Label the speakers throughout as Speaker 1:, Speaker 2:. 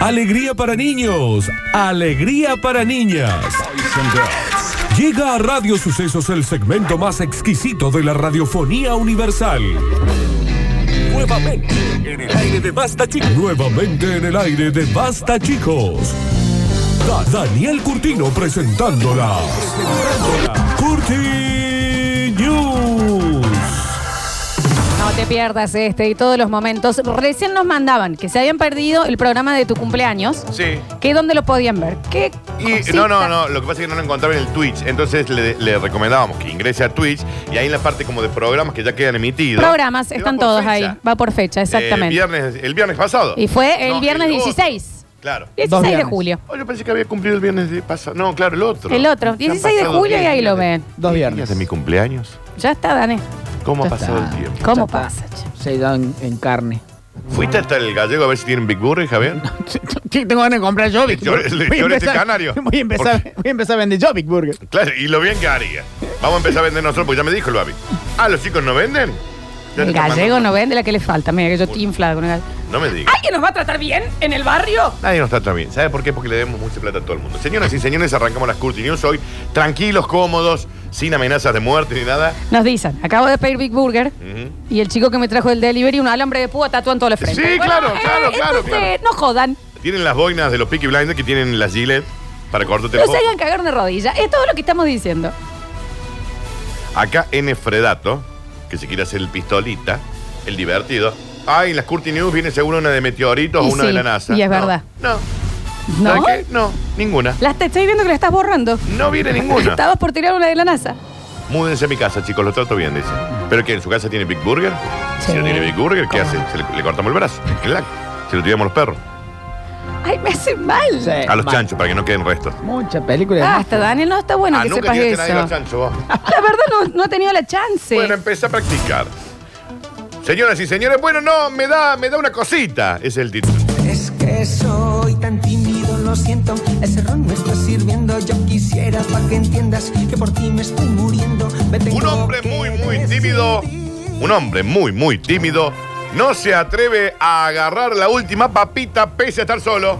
Speaker 1: Alegría para niños, alegría para niñas. Llega a Radio Sucesos el segmento más exquisito de la radiofonía universal. Nuevamente en el aire de Basta Chicos. Nuevamente en el aire de Basta Chicos. Da- Daniel Curtino presentándola. Curti News.
Speaker 2: No te pierdas este y todos los momentos. Recién nos mandaban que se habían perdido el programa de tu cumpleaños.
Speaker 3: Sí.
Speaker 2: Que dónde lo podían ver. ¿Qué
Speaker 3: Y,
Speaker 2: cosita?
Speaker 3: no, no, no, lo que pasa es que no lo encontraba en el Twitch, entonces le, le recomendábamos que ingrese a Twitch y ahí en la parte como de programas que ya quedan emitidos.
Speaker 2: Programas
Speaker 3: te va
Speaker 2: están
Speaker 3: por
Speaker 2: todos
Speaker 3: fecha.
Speaker 2: ahí. Va por fecha,
Speaker 3: Eh,
Speaker 2: exactamente.
Speaker 3: viernes, el viernes pasado.
Speaker 2: y fue el
Speaker 3: No,
Speaker 2: viernes
Speaker 3: otro.
Speaker 2: 16.
Speaker 3: Claro.
Speaker 2: 16 de
Speaker 4: viernes.
Speaker 2: julio.
Speaker 3: Oh, yo pensé que había cumplido el viernes de pasado. No, claro, el otro.
Speaker 2: El otro,
Speaker 3: Ya han
Speaker 2: 16 de
Speaker 3: pasado
Speaker 2: julio y
Speaker 3: diez
Speaker 2: ahí lo
Speaker 3: días de-
Speaker 2: ven.
Speaker 4: Dos
Speaker 3: diez
Speaker 4: viernes.
Speaker 3: días de mi cumpleaños.
Speaker 2: Ya está, Dani.
Speaker 3: ¿Cómo ha
Speaker 4: Ya
Speaker 3: pasado
Speaker 4: está.
Speaker 3: el tiempo?
Speaker 2: ¿Cómo
Speaker 4: Ya está.
Speaker 2: pasa, che?
Speaker 4: Se dan en carne.
Speaker 3: ¿Fuiste hasta el gallego a ver si tienen Big Burger, Javier?
Speaker 4: Tengo ganas de comprar Jovic.
Speaker 3: Yo- le-
Speaker 4: Voy a
Speaker 3: yo le-
Speaker 4: empezar-
Speaker 3: canario.
Speaker 4: Voy a empezar, voy a empezar a vender Jovic Burger.
Speaker 3: Claro, y lo bien que haría. Vamos a empezar a vender nosotros, porque ya me dijo el Babi. Ah, los chicos no venden. Ya
Speaker 2: El
Speaker 3: te están
Speaker 2: gallego no
Speaker 3: mandando-
Speaker 2: vende la que le falta. Mira, que yo estoy inflada con el gallego.
Speaker 3: No me digas.
Speaker 2: ¿Alguien nos va a tratar bien en el barrio?
Speaker 3: Nadie nos trata bien. ¿Sabe por qué? Porque le demos mucha plata a todo el mundo. Señoras y señores, arrancamos las Curti News hoy tranquilos, cómodos, sin amenazas de muerte ni nada.
Speaker 2: Nos dicen, acabo de pedir Big Burger
Speaker 3: Ujú.
Speaker 2: y el chico que me trajo el delivery un alambre de púa tatuó en toda la frente. eh,
Speaker 3: Sí, claro, claro, claro,
Speaker 2: entonces,
Speaker 3: claro.
Speaker 2: No jodan.
Speaker 3: Tienen las boinas de los Peaky Blinders que tienen las Gillette para cortarte
Speaker 2: No
Speaker 3: los
Speaker 2: se hagan cagar de rodilla. Es todo lo que estamos diciendo.
Speaker 3: Acá N. Fredato, que se quiere hacer el pistolita, el divertido. Ay, en las Curti News viene seguro una de meteoritos
Speaker 2: Y
Speaker 3: o una
Speaker 2: sí,
Speaker 3: de la NASA.
Speaker 2: y es
Speaker 3: No,
Speaker 2: verdad.
Speaker 3: No.
Speaker 2: ¿No?
Speaker 3: ¿Sabes qué? No, ninguna.
Speaker 2: Las te estoy viendo que la estás borrando.
Speaker 3: No viene ninguna.
Speaker 2: Estabas por tirar una de la NASA.
Speaker 3: Múdense a mi casa, chicos, lo trato bien, dice. ¿Pero que en su casa tiene Big Burger? Si
Speaker 2: Sí.
Speaker 3: no tiene Big Burger, ¿qué hace? Se le, le cortamos el brazo. Clac. Se lo tiramos a los perros.
Speaker 2: Ay, me hace mal.
Speaker 4: Sí.
Speaker 3: A los
Speaker 4: Ma-
Speaker 3: chanchos, para que no queden restos.
Speaker 4: Mucha película. de
Speaker 2: Hasta Daniel, no está bueno
Speaker 3: ah,
Speaker 2: que
Speaker 3: nunca
Speaker 2: sepas
Speaker 3: tiraste
Speaker 2: eso.
Speaker 3: nadie a los
Speaker 2: La
Speaker 3: chanchos, vos.
Speaker 2: verdad no, no he tenido la chance.
Speaker 3: Bueno, empecé a practicar. Señoras y señores, bueno, no, me da, me da una cosita. Es el título.
Speaker 5: Es que soy tan tímido, lo siento. Ese ron no está sirviendo. Yo quisiera para que entiendas que por ti me estoy muriendo. Me tengo
Speaker 3: Un hombre
Speaker 5: que
Speaker 3: muy, muy tímido.
Speaker 5: decidir.
Speaker 3: Un hombre muy, muy tímido. No se atreve a agarrar la última papita pese a estar solo.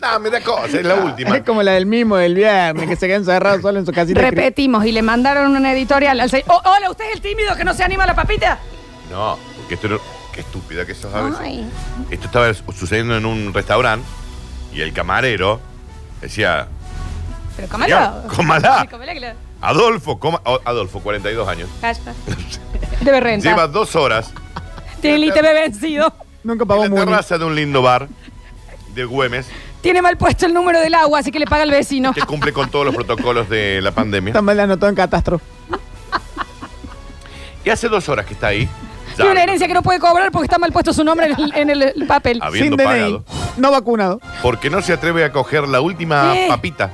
Speaker 3: No, me da cosa, es
Speaker 2: Ah,
Speaker 3: la última.
Speaker 4: Es como la del mismo del viernes, que se queda encerrado solo en su casita.
Speaker 2: Repetimos y le mandaron una editorial al seis- Oh, hola, ¿usted es el tímido que no se anima a la papita?
Speaker 3: No, porque esto no- Qué estúpida que sos a veces.
Speaker 2: Ay.
Speaker 3: Esto estaba sucediendo en un restaurante y el camarero decía,
Speaker 2: Pero
Speaker 3: Ya,
Speaker 2: cómala.
Speaker 3: cómala.
Speaker 2: Sí, cómala que la-
Speaker 3: Adolfo, coma- o- Adolfo, 42 años,
Speaker 2: Calla. Debe renta.
Speaker 3: lleva dos horas
Speaker 2: Tilly, te ve vencido.
Speaker 4: Nunca pagó
Speaker 3: en la
Speaker 4: muy
Speaker 3: terraza de un lindo bar de Güemes
Speaker 2: Tiene mal puesto el número del agua, así que le paga al vecino.
Speaker 3: que cumple con todos los protocolos de la pandemia.
Speaker 4: Está mal anotado en catastro.
Speaker 3: Y hace dos horas que está ahí, ya,
Speaker 2: Tiene una herencia que no puede cobrar porque está mal puesto su nombre en el, en el- el papel.
Speaker 3: A ver. Habiendo
Speaker 4: Sin DNI.
Speaker 3: pagado.
Speaker 4: No vacunado.
Speaker 3: porque no se atreve a coger la última
Speaker 2: ¿Qué?
Speaker 3: papita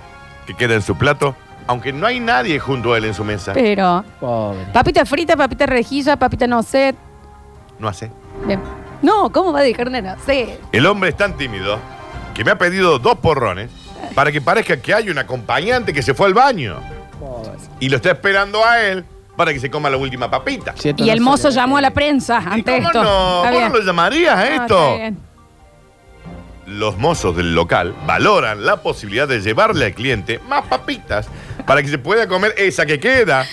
Speaker 3: que queda en su plato, aunque no hay nadie junto a él en su mesa.
Speaker 2: Pero.
Speaker 4: Pobre.
Speaker 2: Papita frita, papita rejilla, papita no sé.
Speaker 3: No hace.
Speaker 2: Bien. No, ¿cómo va a dejar de nacer?
Speaker 3: El hombre es tan tímido que me ha pedido dos porrones para que parezca que hay un acompañante que se fue al baño y lo está esperando a él para que se coma la última papita.
Speaker 2: Y el mozo llamó a la prensa ante
Speaker 3: ¿Y cómo
Speaker 2: esto.
Speaker 3: no?
Speaker 2: Está
Speaker 3: ¿Cómo
Speaker 2: bien.
Speaker 3: lo llamarías a
Speaker 2: No,
Speaker 3: esto?
Speaker 2: está bien.
Speaker 3: Los mozos del local valoran la posibilidad de llevarle al cliente más papitas para que se pueda comer esa que queda.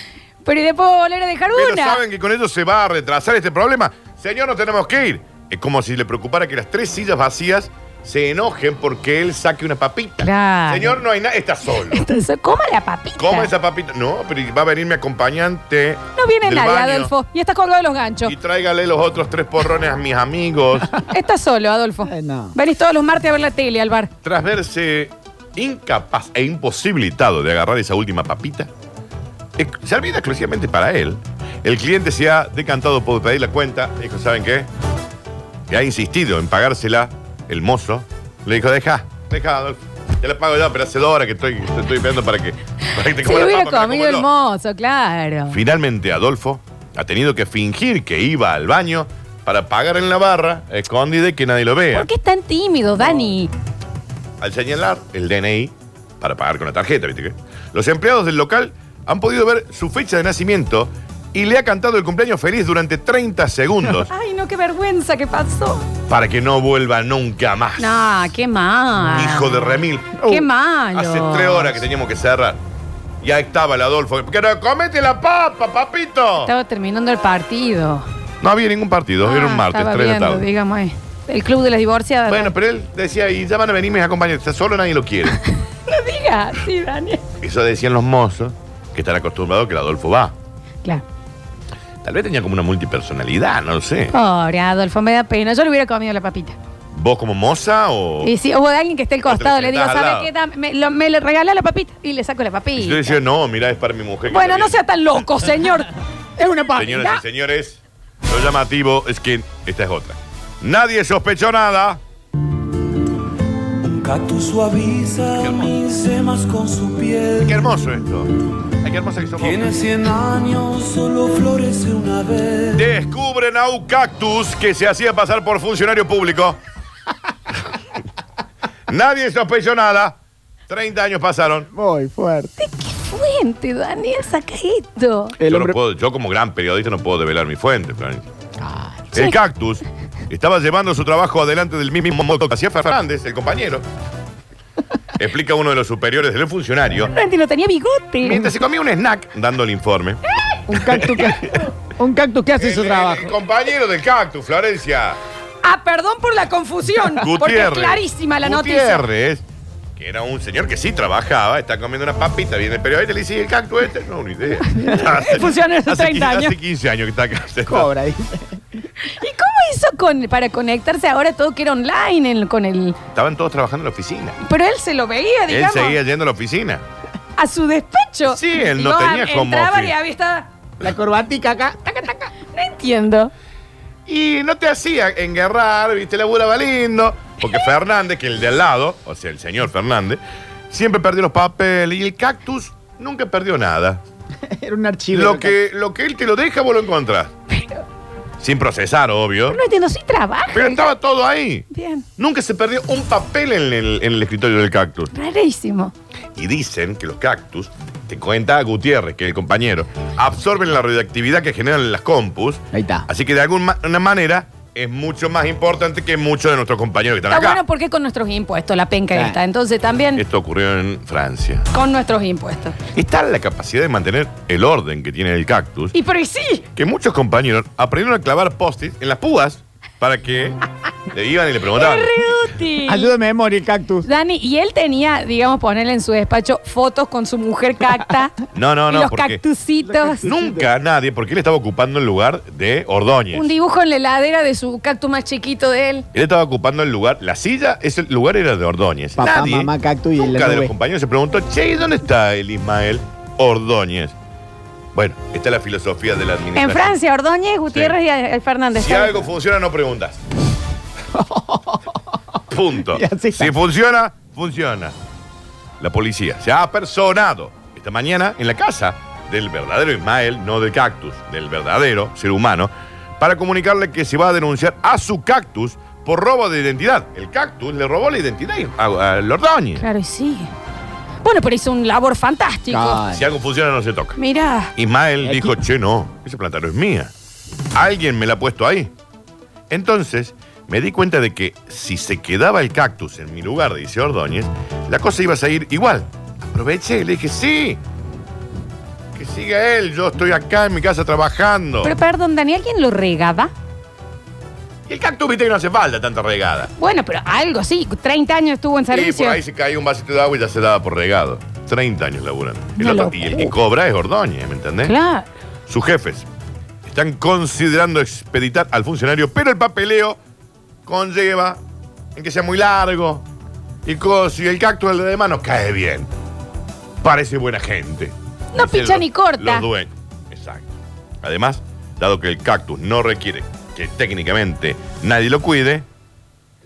Speaker 2: Pero y después va a volver a dejar
Speaker 3: Pero
Speaker 2: una.
Speaker 3: saben que con ello se va a retrasar este problema. Señor, no tenemos que ir. Es como si le preocupara que las tres sillas vacías se enojen porque él saque una papita.
Speaker 2: Claro.
Speaker 3: Señor, no hay nada. Está solo.
Speaker 2: Entonces, coma la papita.
Speaker 3: Coma esa papita. No, pero va a venir mi acompañante.
Speaker 2: No viene
Speaker 3: del
Speaker 2: nadie,
Speaker 3: baño.
Speaker 2: Adolfo. Y está colgado de los ganchos.
Speaker 3: Y tráigale los otros tres porrones a mis amigos.
Speaker 2: Está solo, Adolfo.
Speaker 4: Ay, no.
Speaker 2: Venís todos los martes a ver la tele al bar.
Speaker 3: Tras verse incapaz e imposibilitado de agarrar esa última papita, ex- servida exclusivamente para él, el cliente se ha decantado por pedir la cuenta. Dijo, ¿saben qué? Que ha insistido en pagársela el mozo. Le dijo, deja, deja, Adolfo. Te la pago yo, pero hace dos horas que estoy, te estoy esperando para que, para que
Speaker 2: Se
Speaker 3: te coma la
Speaker 2: hubiera
Speaker 3: papa, me la
Speaker 2: comido
Speaker 3: como
Speaker 2: el
Speaker 3: yo".
Speaker 2: mozo, claro.
Speaker 3: Finalmente Adolfo ha tenido que fingir que iba al baño para pagar en la barra, escondida y que nadie lo vea.
Speaker 2: ¿Por qué es tan tímido, Dani?
Speaker 3: Al señalar el DNI para pagar con la tarjeta, ¿viste qué? Los empleados del local han podido ver su fecha de nacimiento y le ha cantado el cumpleaños feliz durante 30 segundos
Speaker 2: Ay, no, qué vergüenza que pasó.
Speaker 3: para que no vuelva nunca más.
Speaker 2: No, qué mal.
Speaker 3: Hijo de remil. Uh,
Speaker 2: Qué malo.
Speaker 3: Hace tres horas que teníamos que cerrar. Ya estaba el Adolfo. ¡Pero comete la papa, papito!
Speaker 2: Estaba terminando el partido.
Speaker 3: No había ningún partido, era un
Speaker 2: Ah,
Speaker 3: martes,
Speaker 2: estaba
Speaker 3: tres de la
Speaker 2: viendo,
Speaker 3: tarde.
Speaker 2: digamos, eh. El club de las divorciadas.
Speaker 3: Bueno, pero él decía, y ya van a venir mis acompañantes, está solo nadie lo quiere.
Speaker 2: no digas sí, Daniel.
Speaker 3: Eso decían los mozos, que están acostumbrados que el Adolfo va.
Speaker 2: Claro.
Speaker 3: Tal vez tenía como una multipersonalidad, no lo sé.
Speaker 2: Pobre Adolfo, me da pena. Yo le hubiera comido la papita.
Speaker 3: ¿Vos como moza o.?
Speaker 2: Y si hubo alguien que esté al costado,
Speaker 3: te
Speaker 2: le
Speaker 3: le
Speaker 2: digo,
Speaker 3: sentás al
Speaker 2: ¿sabe qué? Dame- Me, lo- me le regala la papita y le saco la
Speaker 3: Y yo
Speaker 2: papita.
Speaker 3: decía, no, mira, es para mi mujer. que
Speaker 2: Bueno,
Speaker 3: está
Speaker 2: no
Speaker 3: bien".
Speaker 2: sea tan loco, señor. Es una
Speaker 3: Señoras
Speaker 2: papita.
Speaker 3: y señores, lo llamativo es que esta es otra. Nadie sospechó nada.
Speaker 6: Un gato suaviza
Speaker 3: Qué hermoso.
Speaker 6: mis semas con su
Speaker 3: Qué
Speaker 6: piel.
Speaker 3: hermoso esto. Ay, qué hermosa que somos.
Speaker 6: Tiene 100 años, solo florece una vez.
Speaker 3: Descubren a un cactus que se hacía pasar por funcionario público. Nadie sospechó nada. 30 años pasaron.
Speaker 4: Muy fuerte.
Speaker 2: ¿De qué fuente, Daniel? Saca esto.
Speaker 4: El
Speaker 3: yo,
Speaker 4: hombre
Speaker 3: no puedo- yo como gran periodista no puedo develar mi fuente, Florencia. El cactus estaba llevando su trabajo adelante del mismo modo que hacía Fernández, el compañero. Explica uno de los superiores del funcionario.
Speaker 2: Antes no tenía bigote.
Speaker 3: Mientras se comía un snack, dando el informe.
Speaker 4: Un cactus que, un cactus que hace su
Speaker 3: El-
Speaker 4: trabajo.
Speaker 3: El compañero del cactus, Florencia.
Speaker 2: Ah, perdón por la confusión. porque es
Speaker 3: Gutiérrez.
Speaker 2: clarísima la noticia.
Speaker 3: Gutiérrez, que era un señor que sí trabajaba, está comiendo una papita, viene el periodista y le dice, "¿Y el cactus este? No, ni idea. Hace-
Speaker 2: Funciona hace 30
Speaker 3: quince-
Speaker 2: años.
Speaker 3: Hace 15 años que está acá.
Speaker 4: Cobra, dice.
Speaker 2: ¿Y cómo hizo con, para conectarse ahora todo que era online en- con el.
Speaker 3: Estaban todos trabajando en la oficina.
Speaker 2: Pero él se lo veía,
Speaker 3: Él
Speaker 2: digamos.
Speaker 3: seguía yendo a la oficina.
Speaker 2: A su despecho.
Speaker 3: Sí, él no
Speaker 2: Iba,
Speaker 3: tenía home
Speaker 2: Entraba
Speaker 3: office.
Speaker 2: y había estado.
Speaker 4: La corbatica acá.
Speaker 2: Taca, taca. No entiendo.
Speaker 3: Y no te hacía enguerrar, viste, laburaba lindo. Porque Fernández, que el de al lado, o sea, el señor Fernández, siempre perdió los papeles y el cactus nunca perdió nada.
Speaker 4: Era un archivo.
Speaker 3: Lo que, lo que él te lo deja, vos lo encontrás. Sin procesar, obvio.
Speaker 2: No entiendo, sí trabaja.
Speaker 3: Pero estaba todo ahí.
Speaker 2: Bien.
Speaker 3: Nunca se perdió un papel en el, en el escritorio del cactus.
Speaker 2: Rarísimo.
Speaker 3: Y dicen que los cactus, te cuenta Gutiérrez, que es el compañero, absorben la radioactividad que generan las compus.
Speaker 4: Ahí está.
Speaker 3: Así que de alguna ma- una manera es mucho más importante que muchos de nuestros compañeros que
Speaker 2: Está
Speaker 3: están acá.
Speaker 2: bueno pues. porque es con nuestros impuestos, la penca
Speaker 4: Claro.
Speaker 2: esta. Entonces también
Speaker 3: Esto ocurrió en Francia.
Speaker 2: con nuestros impuestos.
Speaker 3: Es tal la capacidad de mantener el orden que tiene el cactus
Speaker 2: Y pero y sí.
Speaker 3: que muchos compañeros aprendieron a clavar postis en las púas para que le iban y le preguntaban.
Speaker 2: Es re útil.
Speaker 4: Ayúdame, memoria, el cactus.
Speaker 2: Dani, y él tenía, digamos, ponerle en su despacho fotos con su mujer cacta.
Speaker 3: No, no,
Speaker 2: y
Speaker 3: no,
Speaker 2: Los
Speaker 3: porque-
Speaker 2: cactusitos.
Speaker 3: Nunca nadie, porque él estaba ocupando el lugar de Ordóñez.
Speaker 2: Un dibujo en la heladera de su cactus más chiquito de él.
Speaker 3: Él estaba ocupando el lugar, la silla, ese lugar era de Ordóñez.
Speaker 4: Papá,
Speaker 3: Nadie,
Speaker 4: mamá, cactus y el
Speaker 3: nunca de los
Speaker 4: nube.
Speaker 3: compañeros se preguntó, che, ¿y dónde está el Ismael Ordóñez? Bueno, esta es la filosofía de la
Speaker 2: En
Speaker 3: administración.
Speaker 2: Francia, Ordóñez, Gutiérrez y eh, Fernández.
Speaker 3: Si algo funciona, no preguntas. Punto.
Speaker 4: Y así está.
Speaker 3: Si funciona, funciona. La policía se ha apersonado esta mañana en la casa del verdadero Ismael, no del cactus, del verdadero ser humano, para comunicarle que se va a denunciar a su cactus por robo de identidad. El cactus le robó la identidad a, a Lordóñez.
Speaker 2: Claro, y sí. Bueno, pero hizo un labor fantástico.
Speaker 4: Claro.
Speaker 3: Si algo funciona, no se toca.
Speaker 2: Mirá.
Speaker 3: Ismael
Speaker 4: Aquí.
Speaker 3: dijo, che, no, esa planta no es mía. Alguien me la ha puesto ahí. Entonces, me di cuenta de que si se quedaba el cactus en mi lugar, dice Ordóñez, la cosa iba a seguir igual. Aproveché y le dije, sí, que siga él, yo estoy acá en mi casa trabajando.
Speaker 2: Pero perdón, Daniel, ¿quién lo regaba?
Speaker 3: Y el cactus, viste que no hace falta tanta regada.
Speaker 2: Bueno, pero algo, sí. 30 años estuvo en
Speaker 3: Y
Speaker 2: servicio.
Speaker 3: por ahí se caía un vasito de agua y ya se daba por regado. 30 años laburando. El
Speaker 2: Una
Speaker 3: otro- y el que cobra es Ordóñez, ¿me entendés?
Speaker 2: Claro.
Speaker 3: Sus jefes están considerando expeditar al funcionario, pero el papeleo conlleva en que sea muy largo y coso, y el cactus del de mano cae bien. Parece buena gente.
Speaker 2: No
Speaker 3: Dicen
Speaker 2: picha
Speaker 3: los-
Speaker 2: ni corta.
Speaker 3: Los dueños. Exacto. Además, dado que el cactus no requiere que técnicamente nadie lo cuide,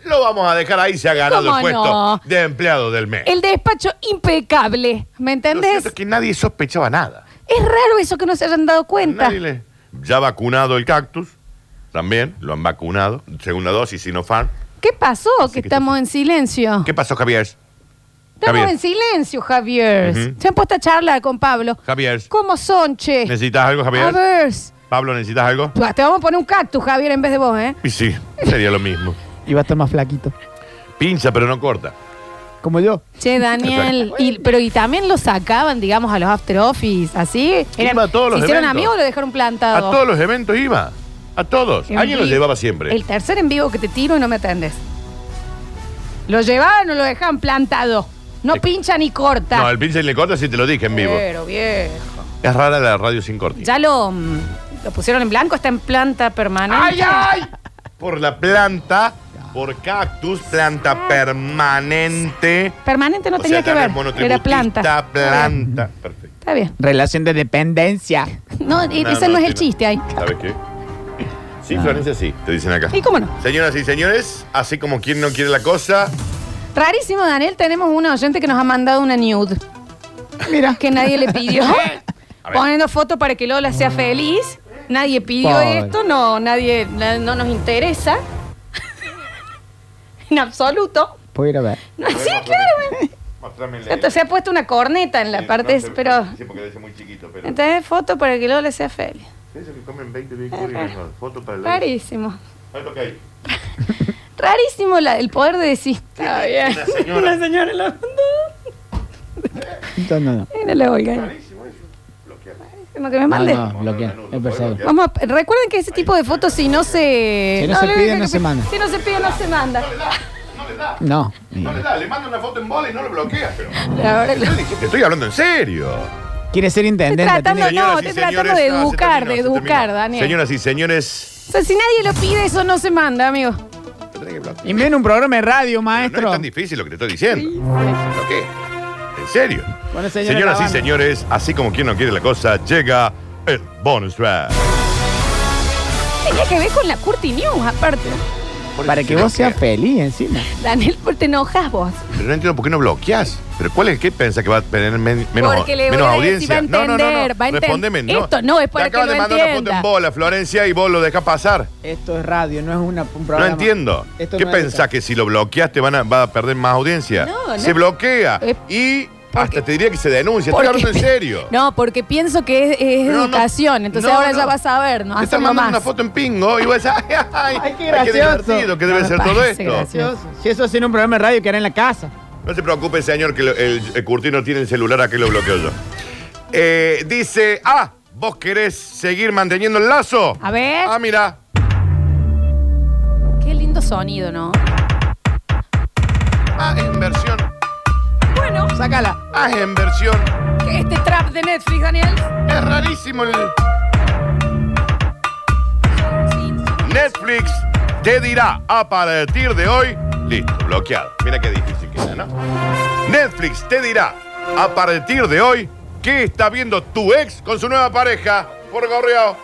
Speaker 3: lo vamos a dejar ahí, se ha ganado
Speaker 2: ¿Cómo
Speaker 3: el puesto
Speaker 2: no?
Speaker 3: de empleado del mes.
Speaker 2: El despacho impecable. ¿Me
Speaker 3: Lo cierto
Speaker 2: entendés?
Speaker 3: es que nadie sospechaba nada.
Speaker 2: Es raro eso que no se hayan dado cuenta.
Speaker 3: Nadie le- Ya vacunado el cactus, también lo han vacunado, segunda dosis Sinopharm.
Speaker 2: ¿Qué pasó?
Speaker 3: que
Speaker 2: Que estamos en silencio.
Speaker 3: ¿Qué pasó, Javier?
Speaker 2: Estamos
Speaker 3: Javier.
Speaker 2: en silencio, Javier.
Speaker 3: Ujú.
Speaker 2: Se han puesto a charla con Pablo.
Speaker 3: Javier.
Speaker 2: ¿Cómo son, che?
Speaker 3: ¿Necesitas algo,
Speaker 2: A
Speaker 3: Javier?
Speaker 2: ver.
Speaker 3: Pablo, ¿necesitas algo?
Speaker 2: Te vamos a poner un cactus, Javier, en vez de vos, ¿eh?
Speaker 3: Y sí, sería lo mismo.
Speaker 4: Y va a estar más flaquito.
Speaker 3: Pincha, pero no corta.
Speaker 4: Como yo.
Speaker 2: Che, Daniel,
Speaker 3: Exacto.
Speaker 2: y, pero y también lo sacaban, digamos, a los after office, ¿así?
Speaker 3: Iba a todos los
Speaker 2: ¿Se hicieron
Speaker 3: eventos.
Speaker 2: amigos o lo dejaron
Speaker 3: A
Speaker 2: plantado?
Speaker 3: todos los eventos iba. A todos.
Speaker 2: En
Speaker 3: Alguien los
Speaker 2: vivo.
Speaker 3: llevaba siempre.
Speaker 2: El tercer en vivo que te tiro y no me atendes. Lo llevaban o lo dejaban plantado. No
Speaker 3: Eh,
Speaker 2: pincha ni corta.
Speaker 3: No, el pinche le corta si te lo dije en vivo.
Speaker 2: Pero viejo.
Speaker 3: Es rara la radio sin cortina.
Speaker 2: Ya lo, mm, lo pusieron en blanco, está en planta permanente.
Speaker 3: ¡Ay, ay! Por la planta, por cactus, planta permanente.
Speaker 2: Permanente Ah. no
Speaker 3: O
Speaker 2: tenía
Speaker 3: sea,
Speaker 2: que
Speaker 3: también
Speaker 2: ver. Era
Speaker 3: monotributista,
Speaker 2: planta.
Speaker 3: planta. Perfecto.
Speaker 2: Está bien.
Speaker 4: Relación de dependencia.
Speaker 2: No, e-
Speaker 3: No,
Speaker 2: ese no, es el
Speaker 3: tiene-
Speaker 2: chiste ahí.
Speaker 3: ¿Sabes qué? Sí, Florencia, sí, te dicen acá.
Speaker 2: ¿Y cómo no?
Speaker 3: Señoras y señores, así como quien no quiere la cosa,
Speaker 2: Rarísimo, Daniel, tenemos una oyente que nos ha mandado una nude.
Speaker 4: Mira.
Speaker 2: que nadie le pidió.
Speaker 3: A ver.
Speaker 2: Poniendo foto para que Lola sea feliz. Nadie pidió
Speaker 4: Pobre.
Speaker 2: esto, no, nadie, na- no nos interesa. en absoluto.
Speaker 4: Puedo ir a ver.
Speaker 2: No, sí, claro.
Speaker 3: Mostrame el-
Speaker 2: Entonces se ha puesto una corneta en la
Speaker 3: Sí,
Speaker 2: parte,
Speaker 3: no,
Speaker 2: es- pero...
Speaker 3: Sí, porque es muy chiquito, pero...
Speaker 2: Entonces foto para que Lola sea feliz.
Speaker 3: Eso que comen 20 vehículos y
Speaker 2: Eh,
Speaker 3: mejor. Foto para el...
Speaker 2: Rarísimo.
Speaker 3: ¿Sabes lo que hay?
Speaker 2: Rarísimo la- el poder de decir. Está bien.
Speaker 3: Una señora.
Speaker 2: Una señora la mandó.
Speaker 4: No, no, no.
Speaker 2: Mira la Olga.
Speaker 3: Rarísimo eso. Bloquear.
Speaker 2: Como que me mande.
Speaker 4: No, no, bloquea. Es pesado.
Speaker 2: Vamos, a- recuerden que ese tipo de fotos si no se...
Speaker 4: Si no se
Speaker 2: le-
Speaker 4: pide, no se manda.
Speaker 2: Si no se pide, no se manda.
Speaker 3: No le da.
Speaker 4: No.
Speaker 3: No le da. Le manda una foto en bola y no lo bloquea, pero...
Speaker 2: La verdad-
Speaker 3: Yo le dije, Te estoy hablando en serio.
Speaker 4: Quiere ser
Speaker 2: Estoy
Speaker 4: intendente.
Speaker 2: tratando,
Speaker 4: tiene-
Speaker 2: no,
Speaker 3: Señoras y
Speaker 2: estoy tratando
Speaker 3: señores,
Speaker 2: de
Speaker 3: no, se
Speaker 2: educar,
Speaker 3: terminó,
Speaker 2: de
Speaker 3: se
Speaker 2: educar,
Speaker 3: terminó.
Speaker 2: Daniel.
Speaker 3: Señoras y señores,
Speaker 2: O sea, si nadie lo pide, eso no se manda, amigo.
Speaker 3: te tenés que bloquear.
Speaker 4: Y menos un programa de radio,
Speaker 3: No es
Speaker 4: maestro.
Speaker 3: tan difícil lo que te estoy diciendo. ¿Lo qué? ¿En serio?
Speaker 4: Bueno, señora
Speaker 3: Señoras y
Speaker 4: Lavanda.
Speaker 3: señores, así como quien no quiere la cosa, llega el bonus track.
Speaker 2: Tenía que ver con la Curti News, aparte.
Speaker 4: Para que vos seas feliz encima.
Speaker 2: Daniel, ¿por te enojas vos?
Speaker 3: Pero no entiendo por qué no bloqueas. ¿Pero cuál es que piensa que va a tener men- menos,
Speaker 2: Porque le voy
Speaker 3: menos
Speaker 2: a decir,
Speaker 3: audiencia?
Speaker 2: va a
Speaker 3: no, no, no,
Speaker 2: entender,
Speaker 3: no.
Speaker 2: va a enten-
Speaker 3: Respóndeme, no.
Speaker 2: Esto no es para
Speaker 3: Te acabas
Speaker 2: que lo
Speaker 3: de mandar una foto
Speaker 2: entienda.
Speaker 3: en bola, Florencia, y vos lo dejás pasar.
Speaker 4: Esto es radio, no es una, un
Speaker 3: No
Speaker 4: programa.
Speaker 3: entiendo.
Speaker 4: Esto
Speaker 3: ¿Qué
Speaker 4: no es
Speaker 3: pensás? ¿Que si lo bloqueaste van a, va a perder más audiencia?
Speaker 2: No, no.
Speaker 3: Se bloquea.
Speaker 2: Eh,
Speaker 3: y hasta te diría que se denuncia. Estoy
Speaker 2: Porque-
Speaker 3: hablando en serio.
Speaker 2: No, porque pienso que es, es
Speaker 3: Pero no,
Speaker 2: educación. Entonces
Speaker 3: no,
Speaker 2: ahora
Speaker 3: no.
Speaker 2: ya vas a ver, no
Speaker 3: Te
Speaker 2: hace
Speaker 3: están mandando
Speaker 2: más.
Speaker 3: una foto en pingo y vas a decir, ay, ay,
Speaker 4: Ay, qué
Speaker 3: ay,
Speaker 4: gracioso.
Speaker 3: divertido que debe
Speaker 2: No me
Speaker 3: ser todo
Speaker 2: parece
Speaker 3: esto.
Speaker 2: gracioso.
Speaker 4: gracioso. Si eso hacen un programa de radio, que hará en la casa.
Speaker 3: No se preocupe, señor, que lo- el, el curtino tiene el celular, aquí lo bloqueo yo. Eh, dice, ah, ¿vos querés seguir manteniendo el lazo?
Speaker 2: A ver.
Speaker 3: Ah, mira.
Speaker 2: Qué lindo sonido, ¿no?
Speaker 3: Ah, en versión.
Speaker 2: Bueno,
Speaker 4: Sácala.
Speaker 3: Ah, en versión.
Speaker 2: que este trap de Netflix, Daniel.
Speaker 3: Es rarísimo el... Netflix te dirá a partir de hoy, listo, bloqueado. Mira qué difícil que era, ¿no? Netflix te dirá a partir de hoy qué está viendo tu ex con su nueva pareja por correo.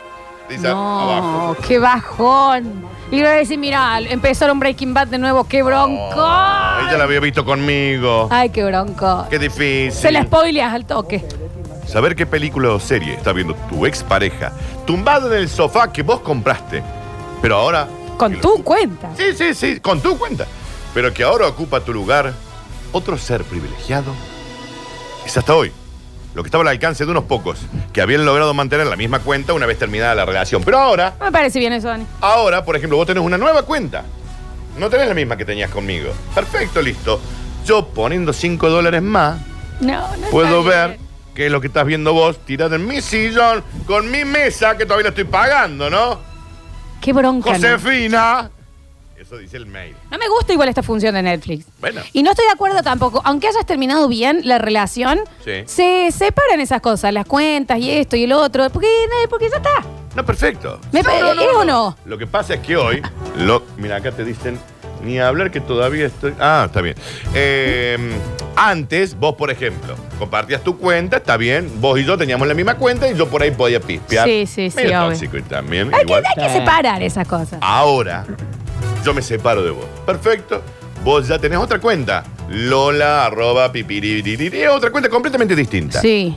Speaker 3: Dice
Speaker 2: No,
Speaker 3: abajo.
Speaker 2: qué bajón. Y le voy a decir, mira, empezaron Breaking Bad de nuevo, qué bronco.
Speaker 3: Ah, ella la había visto conmigo.
Speaker 2: Ay, qué bronco.
Speaker 3: Qué difícil.
Speaker 2: Se la spoileas al toque.
Speaker 3: Saber qué película o serie está viendo tu ex pareja tumbado en el sofá que vos compraste. Pero ahora.
Speaker 2: Con tu cuenta.
Speaker 3: Sí, sí, sí, con tu cuenta. Pero que ahora ocupa tu lugar otro ser privilegiado. Es hasta hoy. Lo que estaba al alcance de unos pocos, que habían logrado mantener la misma cuenta una vez terminada la relación. Pero ahora,
Speaker 2: No me parece bien eso, Dani.
Speaker 3: ahora, por ejemplo, vos tenés una nueva cuenta. No tenés la misma que tenías conmigo. Perfecto, listo. Yo poniendo 5 dólares más,
Speaker 2: No, no
Speaker 3: puedo
Speaker 2: está
Speaker 3: ver
Speaker 2: bien.
Speaker 3: qué es lo que estás viendo vos tirado en mi sillón con mi mesa que todavía la estoy pagando, ¿no?
Speaker 2: Qué bronca. ¿no?
Speaker 3: Josefina. Eso dice el mail.
Speaker 2: No me gusta igual esta función de Netflix.
Speaker 3: Bueno.
Speaker 2: Y no estoy de acuerdo tampoco. Aunque hayas terminado bien la relación,
Speaker 3: Sí.
Speaker 2: se separan esas cosas, las cuentas y esto y el otro. Porque, eh, porque ya está.
Speaker 3: No, perfecto.
Speaker 2: Me pe- ¿eh o no?
Speaker 3: Lo que pasa es que hoy, lo, mira, acá te dicen, ni hablar que todavía estoy. Ah, está bien. Eh, antes, vos, por ejemplo, compartías tu cuenta, está bien. Vos y yo teníamos la misma cuenta y yo por ahí podía pispear.
Speaker 2: Sí, sí, sí,
Speaker 3: Medio
Speaker 2: obvio.
Speaker 3: tóxico y también.
Speaker 2: Hay que,
Speaker 3: igual. Ah,
Speaker 2: hay que
Speaker 4: Sí.
Speaker 2: separar esas cosas.
Speaker 3: Ahora, yo me separo de vos. Perfecto. Vos ya tenés otra cuenta. Lola, arroba, pipiriririri, otra cuenta completamente distinta.
Speaker 2: Sí.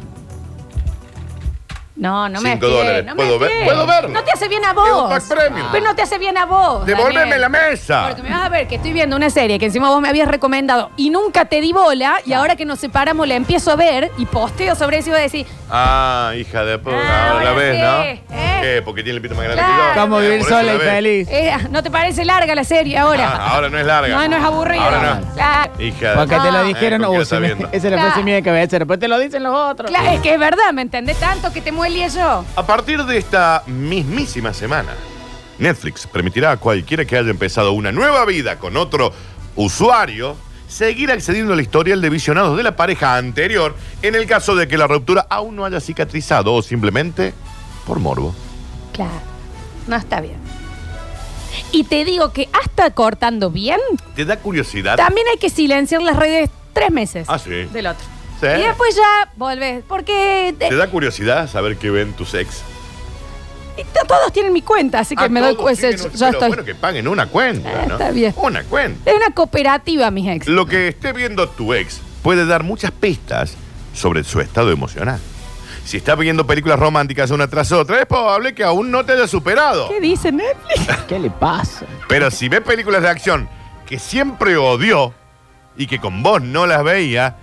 Speaker 2: No, no me
Speaker 3: Cinco
Speaker 2: estés,
Speaker 3: dólares.
Speaker 2: no me
Speaker 3: ¿Puedo ver-
Speaker 2: estés.
Speaker 3: puedo verlo?
Speaker 2: No te hace bien a
Speaker 3: Es un
Speaker 2: vos.
Speaker 3: pack premium.
Speaker 2: Pero no te hace bien a vos.
Speaker 3: ¡Devolveme
Speaker 2: Daniel.
Speaker 3: la mesa!
Speaker 2: Porque me vas a ver que estoy viendo una serie que encima vos me habías recomendado y nunca te di bola
Speaker 3: Ah.
Speaker 2: y ahora que nos separamos la empiezo a ver y posteo sobre eso y voy a decir,
Speaker 3: Ah, hija de puta.
Speaker 2: Ah,
Speaker 3: ahora la
Speaker 2: ahora
Speaker 3: ves,
Speaker 2: sí,
Speaker 3: ¿no?
Speaker 2: ¿eh?
Speaker 3: ¿Qué? Porque tiene el pito más grande
Speaker 2: Claro.
Speaker 3: que yo.
Speaker 4: Cómo
Speaker 3: Eh,
Speaker 4: vivir
Speaker 3: por eso
Speaker 4: sola
Speaker 3: la
Speaker 4: y
Speaker 3: ves.
Speaker 4: feliz.
Speaker 2: eh, ¿no te parece larga la serie ahora?
Speaker 3: Ah, ahora no es larga.
Speaker 2: No, no es aburrido.
Speaker 3: Ahora no.
Speaker 2: Claro.
Speaker 3: Hija de
Speaker 4: Porque te
Speaker 2: Ah.
Speaker 4: lo dijeron,
Speaker 3: Eh, ¿con
Speaker 4: uh,
Speaker 3: quién
Speaker 4: se
Speaker 3: está
Speaker 4: me-
Speaker 3: viendo?
Speaker 4: esa es la
Speaker 2: Claro.
Speaker 4: frase mía de cabecera, pero te lo dicen los otros.
Speaker 2: Claro, es que es verdad, ¿me entendés? Tanto que te muele yo.
Speaker 3: A partir de esta mismísima semana, Netflix permitirá a cualquiera que haya empezado una nueva vida con otro usuario seguir accediendo al historial de visionados de la pareja anterior en el caso de que la ruptura aún no haya cicatrizado o simplemente por morbo.
Speaker 2: Claro, no está bien. Y te digo que hasta cortando bien,
Speaker 3: ¿Te da curiosidad?
Speaker 2: también hay que silenciar las redes tres meses
Speaker 3: Ah, sí. ¿Eh?
Speaker 2: del otro.
Speaker 3: Sí.
Speaker 2: Y después ya volvés, porque
Speaker 3: ¿Te da curiosidad saber qué ven tus ex?
Speaker 2: eh, todos tienen mi cuenta, así que
Speaker 3: A
Speaker 2: me doy
Speaker 3: todos
Speaker 2: cuenta.
Speaker 3: tienen
Speaker 2: Yo
Speaker 3: un-
Speaker 2: yo
Speaker 3: pero
Speaker 2: estoy.
Speaker 3: Bueno, que paguen una cuenta,
Speaker 2: Ah,
Speaker 3: ¿no?
Speaker 2: está bien.
Speaker 3: Una cuenta.
Speaker 2: Es una cooperativa, mis ex.
Speaker 3: Lo que esté viendo tu ex puede dar muchas pistas sobre su estado emocional. Si está viendo películas románticas una tras otra, es probable que aún no te haya superado.
Speaker 2: ¿Qué dice Netflix?
Speaker 4: ¿Qué le pasa?
Speaker 3: Pero si ve películas de acción que siempre odió y que con vos no las veía,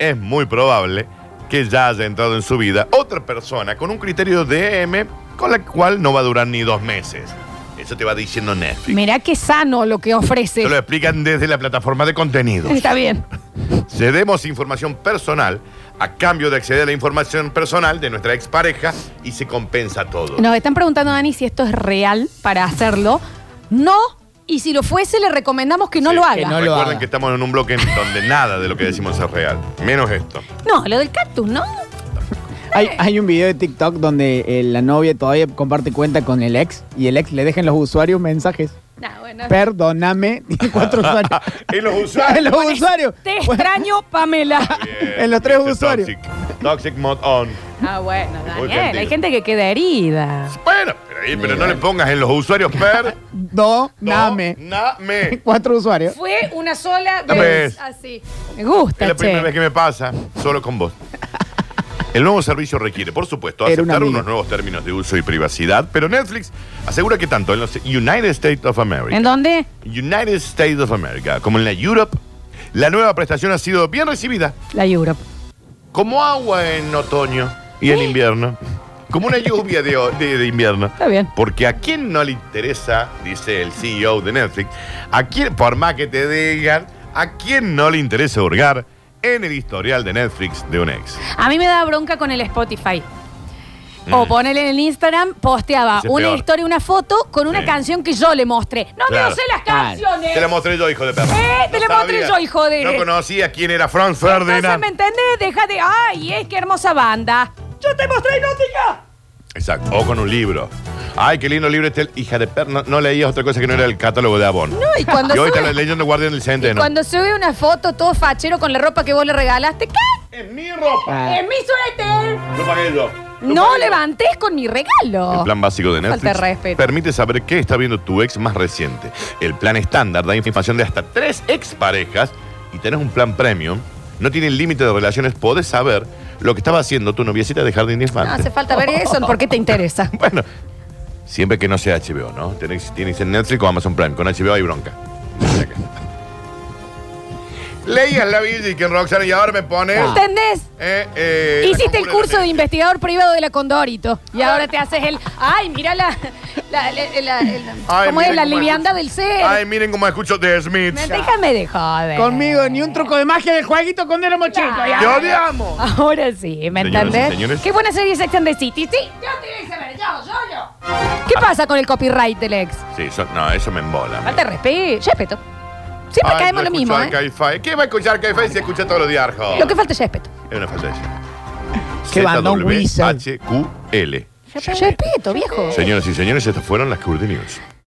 Speaker 3: es muy probable que ya haya entrado en su vida otra persona con un criterio DM con la cual no va a durar ni dos meses. Eso te va diciendo Netflix.
Speaker 2: Mirá qué sano lo que ofrece.
Speaker 3: Te lo explican desde la plataforma de contenidos.
Speaker 2: Está bien.
Speaker 3: Cedemos información personal a cambio de acceder a la información personal de nuestra expareja y se compensa todo.
Speaker 2: Nos están preguntando, Dani, si esto es real para hacerlo. No, y si lo fuese, le recomendamos que no
Speaker 3: Sí,
Speaker 2: lo
Speaker 4: que
Speaker 2: haga. No,
Speaker 4: no lo
Speaker 3: Recuerden
Speaker 4: haga.
Speaker 3: que estamos en un bloque en donde nada de lo que decimos es real, menos esto.
Speaker 2: lo del cactus, ¿no?
Speaker 4: Hay, hay un video de TikTok donde eh, la novia todavía comparte cuenta con el ex y el ex le deja en los usuarios mensajes.
Speaker 2: Nah, bueno.
Speaker 4: Perdóname, tiene cuatro usuarios.
Speaker 3: En los
Speaker 4: en
Speaker 3: usuarios.
Speaker 4: los usuarios.
Speaker 2: este Te extraño, Pamela.
Speaker 4: en los tres
Speaker 3: Mr.
Speaker 4: usuarios.
Speaker 3: Toxic, Toxic Mod On.
Speaker 2: Ah, bueno,
Speaker 3: Muy
Speaker 2: Daniel,
Speaker 3: gentil.
Speaker 2: hay gente que queda herida.
Speaker 3: Bueno, pero, ahí, pero no le pongas en los usuarios per.
Speaker 4: Do, name.
Speaker 3: Name.
Speaker 4: Cuatro usuarios.
Speaker 2: Fue una sola
Speaker 3: Una
Speaker 2: vez.
Speaker 3: vez.
Speaker 2: Así. Ah, Me
Speaker 3: Es
Speaker 2: gusta,
Speaker 3: la primera vez
Speaker 2: che.
Speaker 3: que me pasa, solo con vos. El nuevo servicio requiere, por supuesto,
Speaker 4: Era una
Speaker 3: aceptar
Speaker 4: amiga.
Speaker 3: unos nuevos términos de uso y privacidad, pero Netflix asegura que tanto en los United States of America,
Speaker 2: ¿En dónde?
Speaker 3: United States of America como en la Europe, la nueva prestación ha sido bien recibida,
Speaker 2: La Europe.
Speaker 3: como agua en otoño y en invierno, como una lluvia de, o- de- de invierno.
Speaker 2: Está bien.
Speaker 3: Porque a quién no le interesa, dice el CEO de Netflix, a quién, por más que te digan, a quién no le interesa hurgar en el historial de Netflix de un ex.
Speaker 2: A mí me da bronca con el Spotify. O
Speaker 3: Mm.
Speaker 2: ponerle en el Instagram, posteaba
Speaker 3: Ese es
Speaker 2: una
Speaker 3: peor.
Speaker 2: historia, una foto con una
Speaker 3: Sí.
Speaker 2: canción que yo le mostré. No
Speaker 3: Claro.
Speaker 2: me usé las
Speaker 4: Claro.
Speaker 2: canciones.
Speaker 3: Te la mostré yo, hijo de perro.
Speaker 2: Eh, te la mostré yo, hijo de-
Speaker 3: No conocía quién era Franz
Speaker 2: Entonces,
Speaker 3: Ferdinand.
Speaker 2: ¿me entendés? Deja de. ¡Ay, es que hermosa banda! ¡Yo te mostré Hipnótica!
Speaker 3: Exacto. O con un libro. Ay, qué lindo libro este. Hija de perro. No, no leías otra cosa que no era el catálogo de Avon.
Speaker 2: No, y cuando
Speaker 3: y hoy
Speaker 2: sube-
Speaker 3: estás leyendo Guardián del
Speaker 2: Y
Speaker 3: Centeno.
Speaker 2: cuando sube una foto todo fachero con la ropa que vos le regalaste, ¿qué?
Speaker 3: ¡Es mi ropa!
Speaker 4: Ah,
Speaker 2: ¡En mi suéter!
Speaker 3: Lo pagué yo. Lo
Speaker 2: No
Speaker 3: pagué yo.
Speaker 2: levantes con mi regalo.
Speaker 3: El plan básico de Netflix
Speaker 2: Oh, Falta de respeto.
Speaker 3: permite saber qué está viendo tu ex más reciente. El plan estándar da información de hasta tres exparejas y tenés un plan premium. No tiene límite de relaciones, podés saber lo que estaba haciendo tu noviecita de jardín de
Speaker 2: No
Speaker 3: infantes.
Speaker 2: hace falta ver eso, ¿por qué te interesa?
Speaker 3: Bueno, siempre que no sea HBO, ¿no? Tenés, tienes en Netflix o Amazon Prime. Con HBO hay bronca. Leías la bici que en Roxana y ahora me pones.
Speaker 2: ¿Entendés?
Speaker 3: eh, eh, la
Speaker 2: Hiciste el
Speaker 3: comuna
Speaker 2: curso de
Speaker 3: Venecia.
Speaker 2: investigador privado de la Condorito y ahora te haces el. ¡Ay, mira la. la, la- la- la-
Speaker 3: Ay,
Speaker 2: ¿Cómo es?
Speaker 3: miren
Speaker 2: La
Speaker 3: cómo
Speaker 2: liviandad
Speaker 3: escucho-
Speaker 2: del ser.
Speaker 3: Ay, miren cómo escucho The Smith.
Speaker 2: Me- Déjame de joder.
Speaker 4: Conmigo, ni un truco de magia del jueguito cuando éramos chicos.
Speaker 2: Claro.
Speaker 3: ¡Te odiamos!
Speaker 2: Ahora sí, ¿me
Speaker 3: Señoras y
Speaker 2: entendés?
Speaker 3: señores.
Speaker 2: Qué buena serie Sex and the City, sí. Yo te hice ver, yo, yo, yo. ¿Qué
Speaker 3: Ah.
Speaker 2: pasa con el copyright del ex?
Speaker 3: Sí, eso, no, eso me embola.
Speaker 2: Falta de respeto, respeto. Siempre
Speaker 3: Ay,
Speaker 2: caemos
Speaker 3: no
Speaker 2: lo mismo,
Speaker 3: escucho
Speaker 2: ¿eh?
Speaker 3: al Caifai. ¿Qué va a escuchar Caifai si escucha todos los días Arjo?
Speaker 2: Lo que falta es respeto.
Speaker 3: Es una falta de
Speaker 4: Qué bandón, Wizard.
Speaker 3: H Q L.
Speaker 2: Respeto, viejo.
Speaker 3: Señoras y señores, estas fueron las Curti News.